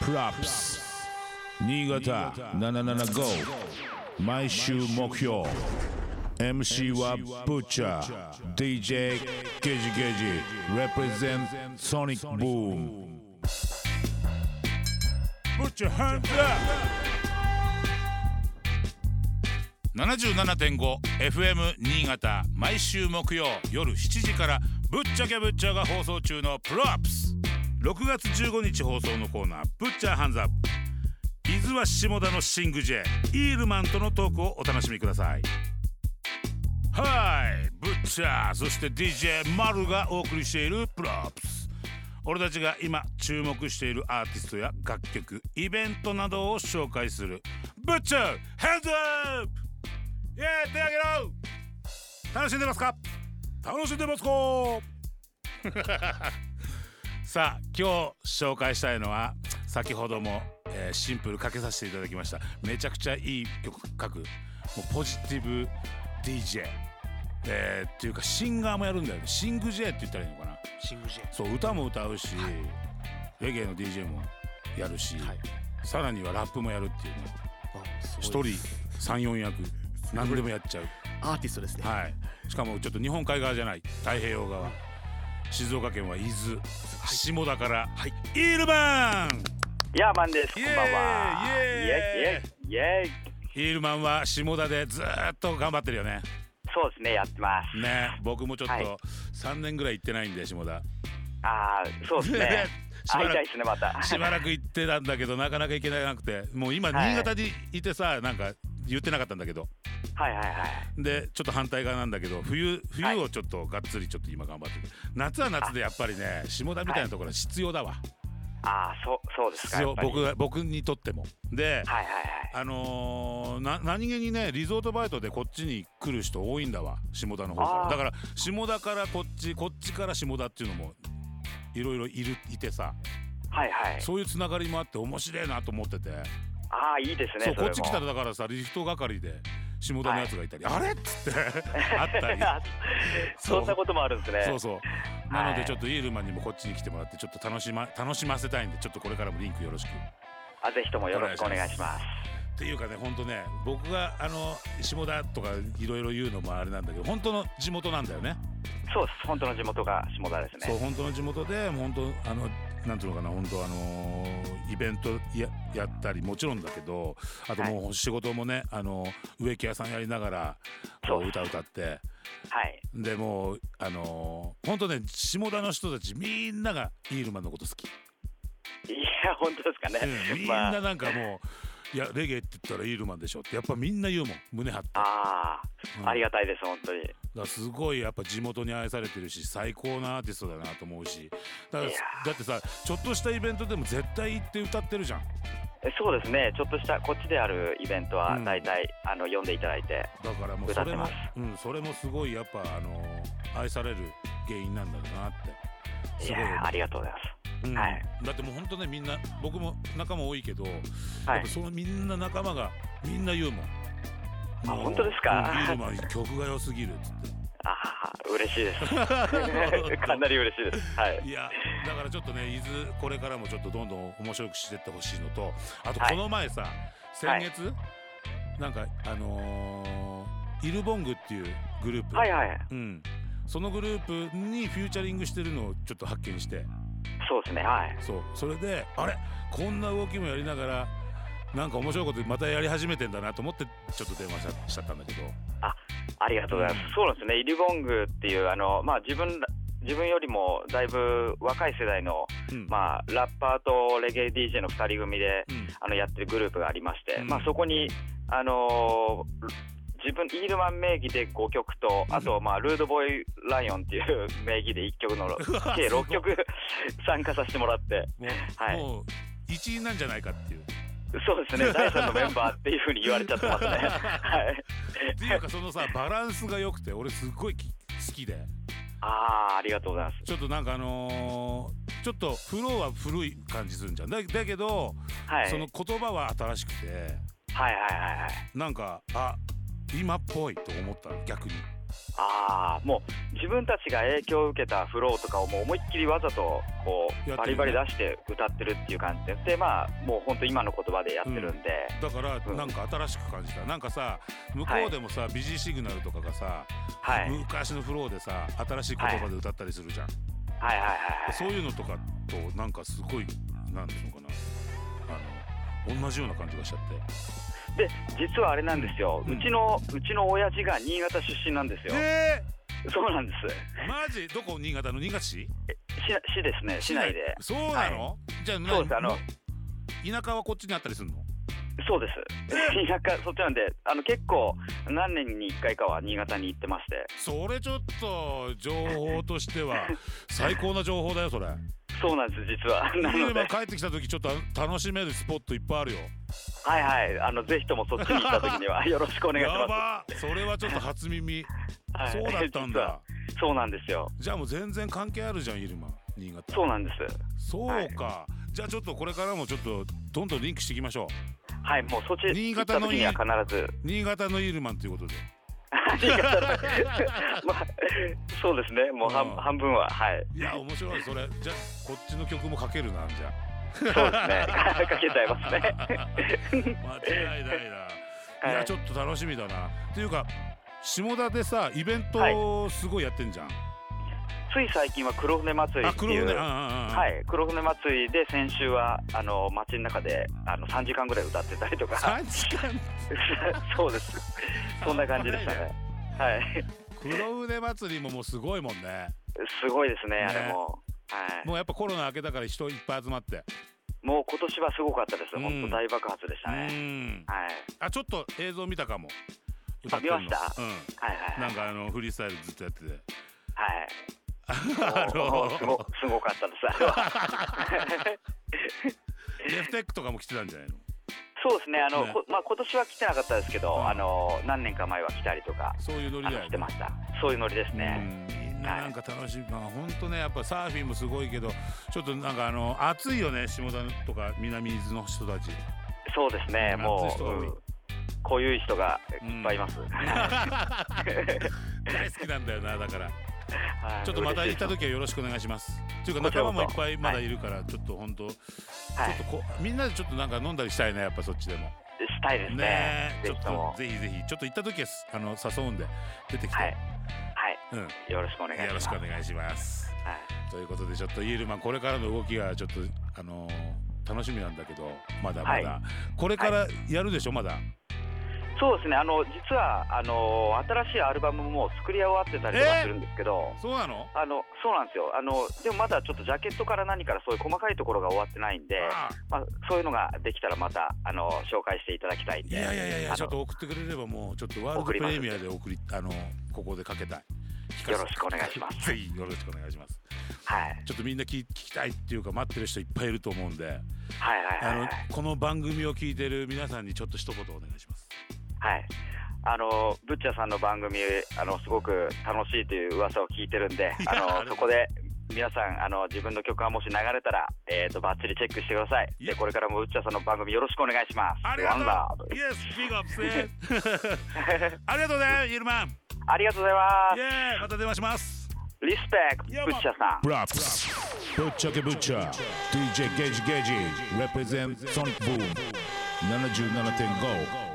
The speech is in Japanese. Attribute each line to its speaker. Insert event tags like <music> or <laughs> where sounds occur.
Speaker 1: プラップス新潟775毎週目標 MC はブッチャー DJ ゲジゲジ represent ソニックブーム Put your hands up!
Speaker 2: 77.5FM 新潟毎週木曜夜7時から「ぶっちゃけぶっちゃ」が放送中の「プロアップス」6月15日放送のコーナー「ぶっちゃハンズアップ」伊豆は下田のシング J イールマンとのトークをお楽しみくださいはいぶっちゃそして DJ マルがお送りしている「プロアップス」俺たちが今注目しているアーティストや楽曲イベントなどを紹介する「ぶっちゃハンズアップ」イエーイ手あげろ楽しんでますか楽しんでますかさあ今日紹介したいのは先ほども、えーシンプルかけさせていただきましためちゃくちゃいい曲書くもうポジティブ DJ、えーっていうかシンガーもやるんだよねシング J って言ったらいいのかな
Speaker 3: シングジェ
Speaker 2: そう歌も歌うし、レゲエの DJ もやるし、
Speaker 3: はい
Speaker 2: さらにはラップもやるっていうね
Speaker 3: あすごい
Speaker 2: 一人34役何でもやっちゃう
Speaker 3: アーティストですね、
Speaker 2: はい、しかもちょっと日本海側じゃない太平洋側静岡県は伊豆、下田から、
Speaker 3: はい
Speaker 2: イールマン
Speaker 4: ヤーマンです。こ
Speaker 2: イ
Speaker 4: ん
Speaker 2: エーイ
Speaker 4: ばんは。
Speaker 2: イエ
Speaker 4: イエイイエイイエイ。
Speaker 2: イールマンは下田でずーっと頑張ってるよね
Speaker 4: そうですね、やってます。
Speaker 2: ね僕もちょっ
Speaker 4: はい
Speaker 2: と3年ぐらい行ってないんで下田。
Speaker 4: ああ、そうですね
Speaker 2: しば
Speaker 4: 会
Speaker 2: ら
Speaker 4: い
Speaker 2: く
Speaker 4: たいですね、また。
Speaker 2: しばらく行ってたんだけどなかなか行けなくてもう今
Speaker 4: はい
Speaker 2: 新潟にいてさなんか言ってなかったんだけど
Speaker 4: はいはいはい。
Speaker 2: でちょっと反対側なんだけど冬冬をちょっとがっつりちょっと今頑張ってる夏は夏でやっぱりね下田みたいなところは必要だわ
Speaker 4: ああ、そう、そうですか。
Speaker 2: 必
Speaker 4: や
Speaker 2: 要
Speaker 4: っぱり
Speaker 2: 僕が僕にとってもで、
Speaker 4: はいはいはい。
Speaker 2: あのーな何気にねリゾートバイトでこっちに来る人多いんだわ下田の方から
Speaker 4: あー
Speaker 2: だから下田からこっちこっちから下田っていうのもいろいろいるいてさ
Speaker 4: はいはい。
Speaker 2: そういうつながりもあって面白いなと思ってて、
Speaker 4: ああ、いいですね。
Speaker 2: そうこ
Speaker 4: それ
Speaker 2: っ
Speaker 4: も
Speaker 2: ち来たらだからさリフト係で下田のやつがいたり、あれっつっ
Speaker 4: <laughs>
Speaker 2: てあったり
Speaker 4: <laughs> そんなこともあるんですね。
Speaker 2: そうそうなの
Speaker 4: は
Speaker 2: で
Speaker 4: い
Speaker 2: ちょっとイールマンにもこっちに来てもらってちょっと楽し,、ま、楽しませたいんでちょっとこれからもリンクよろしく。
Speaker 4: あ、ぜひともよろしくお願いします。
Speaker 2: っていうかね本当ね僕があの下田とかいろいろ言うのもあれなんだけど本当の地元なんだよね
Speaker 4: そうです。本当の地元が下田です
Speaker 2: そう
Speaker 4: ね。
Speaker 2: 本当の地元で本当あのなんていうのかな本当あのイベントややったりもちろんだけどあともう仕事もね、あの植木屋さんやりながらこ
Speaker 4: そうう
Speaker 2: 歌歌って
Speaker 4: はい。
Speaker 2: でもうあの本当ね下田の人たちみんながイールマンのこと好
Speaker 4: <laughs>
Speaker 2: き、
Speaker 4: いや、本当ですかね
Speaker 2: うん。みん
Speaker 4: ま
Speaker 2: な
Speaker 4: あ。
Speaker 2: なんかもう「いやレゲエって言ったらイールマンでしょ」ってやっぱみんな言うもん胸張って。
Speaker 4: あ
Speaker 2: うん
Speaker 4: あ、ありがたいです、本当に。
Speaker 2: だからすごいやっぱ地元に愛されてるし最高なアーティストだなと思うしだから
Speaker 4: いや
Speaker 2: だってさちょっとしたイベントでも絶対行って歌ってるじゃん
Speaker 4: えそうですね、ちょっとしたこっちであるイベント
Speaker 2: う
Speaker 4: は
Speaker 2: ん
Speaker 4: 大体、あの呼んでいただいて、
Speaker 2: だからもう
Speaker 4: 歌
Speaker 2: そ
Speaker 4: って
Speaker 2: れも
Speaker 4: ます、
Speaker 2: うん、それもすごいやっぱあのー愛される原因なんだろうなって
Speaker 4: い
Speaker 2: すご
Speaker 4: や
Speaker 2: い
Speaker 4: ーありがとうござい
Speaker 2: うん
Speaker 4: はい
Speaker 2: だってもうほんとねみんな僕も仲間多いけど、
Speaker 4: ま
Speaker 2: やっ
Speaker 4: す。は
Speaker 2: ぱ
Speaker 4: い、
Speaker 2: そのみんな仲間がみんな言うもん。
Speaker 4: あ
Speaker 2: もう
Speaker 4: 本当ですか
Speaker 2: うんビールマン曲が良すぎるっつっ
Speaker 4: <laughs>
Speaker 2: て
Speaker 4: ああ、嬉し
Speaker 2: <laughs>
Speaker 4: いです。 <laughs> かなり嬉しいです。はい。
Speaker 2: いやだからちょっとね伊豆これからもちょっとどんどん面白くしてってほしいのとあと
Speaker 4: はい
Speaker 2: この前さ、先月、なんかあのーイルボングっていうグループ、
Speaker 4: はいはい、
Speaker 2: うん、そのグループにフューチャリングしてるのをちょっと発見して
Speaker 4: そうですね、はい。
Speaker 2: そうそれであれこんな動きもやりながらなんか面白いことまたやり始めてんだなと思ってちょっと電話しちゃったんだけど
Speaker 4: ありがとうございます。そうなんですね、イリュボングっていう、あの、まあ自分ら、自分よりもだいぶ若い世代の、
Speaker 2: うん
Speaker 4: まあ、ラッパーとレゲエ DJ の2人組で、
Speaker 2: うん
Speaker 4: あのやってるグループがありまして、
Speaker 2: うん
Speaker 4: まあ、そこに、あのー自分イールマン名義で5曲とあと、まあ、ルードボーイライオンっていう名義で1
Speaker 2: <laughs>
Speaker 4: 曲の
Speaker 2: わ
Speaker 4: 計
Speaker 2: すごい
Speaker 4: 6曲 <laughs> 参加させてもらって
Speaker 2: もう,、
Speaker 4: はい
Speaker 2: もう一員なんじゃないかっていう。
Speaker 4: そうですね第3のメンバーっていうふうに言われちゃっ
Speaker 2: <laughs>
Speaker 4: てますねはい
Speaker 2: っていうかそのさバランスが良くて俺すっごいき好きで
Speaker 4: ああありがとうございます
Speaker 2: ちょっとなんかあのーちょっとフローは古い感じするんじゃんだだけど、
Speaker 4: はい
Speaker 2: その言葉は新しくて
Speaker 4: はいはいはいはい
Speaker 2: なんかあ今っぽいと思った逆に
Speaker 4: ああもう自分たちが影響を受けたフローとかをもう思いっきりわざとこ
Speaker 2: やっ
Speaker 4: うバ
Speaker 2: て
Speaker 4: リ
Speaker 2: るね
Speaker 4: バリ出して歌ってるっていう感じででまあもう本当今の言葉でやってるんで、
Speaker 2: だから
Speaker 4: うん
Speaker 2: なんか新しく感じたなんかさ向こうでもさ、ビジーシグナルとかがさ、
Speaker 4: はい、はい
Speaker 2: 昔のフローでさ新しい言葉で歌ったりするじゃん、
Speaker 4: はいはい
Speaker 2: そういうのとかとなんかすごいなんていうのかなあの同じような感じがしちゃって
Speaker 4: で実はあれなんですよ、
Speaker 2: う
Speaker 4: うんちのうちの親父が新潟出身なんですよ
Speaker 2: え
Speaker 4: そうなんです
Speaker 2: ー、マジどこ新潟の新潟市
Speaker 4: 市市ですね市内で
Speaker 2: そうなの、じゃあな
Speaker 4: そうですあの
Speaker 2: 田舎はこっちにあったりするの
Speaker 4: そうです田舎そっちなんであの結構何年に1回かは新潟に行ってまして
Speaker 2: それちょっと情報として
Speaker 4: <laughs>
Speaker 2: は最高な情報だよそれ
Speaker 4: そうなんです実はなので
Speaker 2: 今帰ってきた時ちょっと楽しめるスポットいっぱいあるよ
Speaker 4: はいはいあのぜひともそっちに行った時に
Speaker 2: <laughs>
Speaker 4: はよろしくお願いし
Speaker 2: や
Speaker 4: ま
Speaker 2: ばそれはちょっと初耳
Speaker 4: す、はい、
Speaker 2: そうだったん
Speaker 4: 実は
Speaker 2: だ
Speaker 4: そうなんですよ
Speaker 2: じゃあもう全然関係あるじゃん入間新潟
Speaker 4: そうなんです
Speaker 2: そうか、じゃあちょっとこれからもちょっとどんどんリンクしていきましょ
Speaker 4: はいもうそっち
Speaker 2: 新
Speaker 4: 行っ
Speaker 2: 潟
Speaker 4: た
Speaker 2: の
Speaker 4: 時
Speaker 2: いい
Speaker 4: には必ず
Speaker 2: う新潟のイルマンということで <laughs>
Speaker 4: 新潟の <laughs> まあそうですねもう半,、
Speaker 2: うん
Speaker 4: 半分ははい
Speaker 2: いや面白いそれじゃあこっちの曲もかけるなじゃ
Speaker 4: <laughs> そうですねかけちゃいますね
Speaker 2: あ間違いないな、い、
Speaker 4: は
Speaker 2: や
Speaker 4: い
Speaker 2: ちょっと楽しみだなっていうか下田でさイベントをすごいやってんじゃん、
Speaker 4: <laughs> つい最近は黒船祭り
Speaker 2: あ
Speaker 4: って
Speaker 2: 黒
Speaker 4: い
Speaker 2: 船
Speaker 4: う
Speaker 2: うんうんうん
Speaker 4: は、
Speaker 2: はい
Speaker 4: 黒船祭りで先週はあの街の中であの3時間ぐらい歌ってたりとか
Speaker 2: 3時間
Speaker 4: <laughs> そうですそんな感じでしたねはい
Speaker 2: 黒船祭りももうすごいもんね
Speaker 4: すごいですね
Speaker 2: ね
Speaker 4: あれも、はい、
Speaker 2: もうやっぱコロナ明けたから人いっぱい集まって
Speaker 4: もう今年はすごかったです、
Speaker 2: うん
Speaker 4: 本当大爆発でし
Speaker 2: う
Speaker 4: たね、
Speaker 2: ん
Speaker 4: はい、
Speaker 2: あちょっと映像見たかも歌ってんの
Speaker 4: あ見ました
Speaker 2: うん
Speaker 4: はいはい
Speaker 2: な
Speaker 4: は
Speaker 2: ん
Speaker 4: い
Speaker 2: かあのフリースタイルずっとやってて。
Speaker 4: はい
Speaker 2: <laughs> あ
Speaker 4: もう <laughs> すご
Speaker 2: の
Speaker 4: すごかったですあれは
Speaker 2: <laughs> ジェフテックとかも来てたんじゃないの
Speaker 4: そうですねあの
Speaker 2: ね
Speaker 4: こまあ、今年は来てなかったですけど、
Speaker 2: うん
Speaker 4: あの何年か前は来たりとか
Speaker 2: そういうノリ
Speaker 4: あ
Speaker 2: だ
Speaker 4: の
Speaker 2: よ
Speaker 4: してましたそういうノリですね、
Speaker 2: うんみんななんか楽しい、まあ本当ねやっぱサーフィンもすごいけどちょっとなんかあの暑いよね下田とか南伊豆の人たち
Speaker 4: そうですね
Speaker 2: 夏
Speaker 4: もう、
Speaker 2: 人が多い
Speaker 4: うんこういう人がいっぱいいます、
Speaker 2: <laughs> 大好きなんだよなだからちょっとまた行った時はよろしくお願いしますっていうか仲間もいっぱいまだいるからちょっと本当ちょ
Speaker 4: は
Speaker 2: っ
Speaker 4: い
Speaker 2: とこうみんなでちょっとなんか飲んだりしたいねやっぱそっちでも
Speaker 4: したいですね
Speaker 2: ねえち
Speaker 4: ぜ
Speaker 2: ょっ
Speaker 4: ひとも
Speaker 2: とぜひぜひちょっと行った時はすあの誘うんで出てきて、
Speaker 4: はい
Speaker 2: うん
Speaker 4: はいよろしくお願いします
Speaker 2: よろしくお願いします。
Speaker 4: はい
Speaker 2: ということでちょっとイエルマンこれからの動きがちょっとあのー楽しみなんだけどまだまだ、
Speaker 4: は
Speaker 2: これからやるでしょまだ、
Speaker 4: そうですねあの実はあの新しいアルバムも作り終わってたりとかするんですけど、
Speaker 2: そうなの
Speaker 4: あのそうなんですよあのでもまだちょっとジャケットから何からそういう細かいところが終わってないんで、
Speaker 2: あ
Speaker 4: まあ、そういうのができたらまたあの紹介していただきたいん
Speaker 2: い
Speaker 4: で
Speaker 2: やいやいやい
Speaker 4: あ
Speaker 2: や
Speaker 4: の
Speaker 2: ちょっと送ってくれればもうちょっとワールド
Speaker 4: 送
Speaker 2: プ
Speaker 4: ります
Speaker 2: レミアで送りあのここでかけたい聞かせ
Speaker 4: よろしくお願いします
Speaker 2: ぜひよろしくお願いします
Speaker 4: はい
Speaker 2: ちょっとみんな聞聞きたいっていうか待ってる人いっぱいいると思うんで
Speaker 4: はいはい
Speaker 2: あ
Speaker 4: はい
Speaker 2: の
Speaker 4: はい
Speaker 2: この番組を聞いてる皆さんにちょっと一言お願いします
Speaker 4: はいあのブッチャーさんの番組あのすごく楽しいという噂を聞いてるんで
Speaker 2: やあれ
Speaker 4: あのそこで皆さんあの自分の曲がもし流れたら、えー、とバッチリチェックしてください
Speaker 2: いや
Speaker 4: でこれからもブッチャーさんの番組よろしくお願いします
Speaker 2: ありがとう
Speaker 4: ワンダー
Speaker 2: Yes, big ups ね
Speaker 4: <laughs>
Speaker 2: ありがとうねイエルマン
Speaker 4: ありがとうござい
Speaker 2: イエーイまた電話します
Speaker 4: ますリスペク
Speaker 2: いや
Speaker 4: トブッチャーさん
Speaker 1: Props. Butcher the Butcher. DJ Gage Gage. Represent Sonic Boom. 77.5.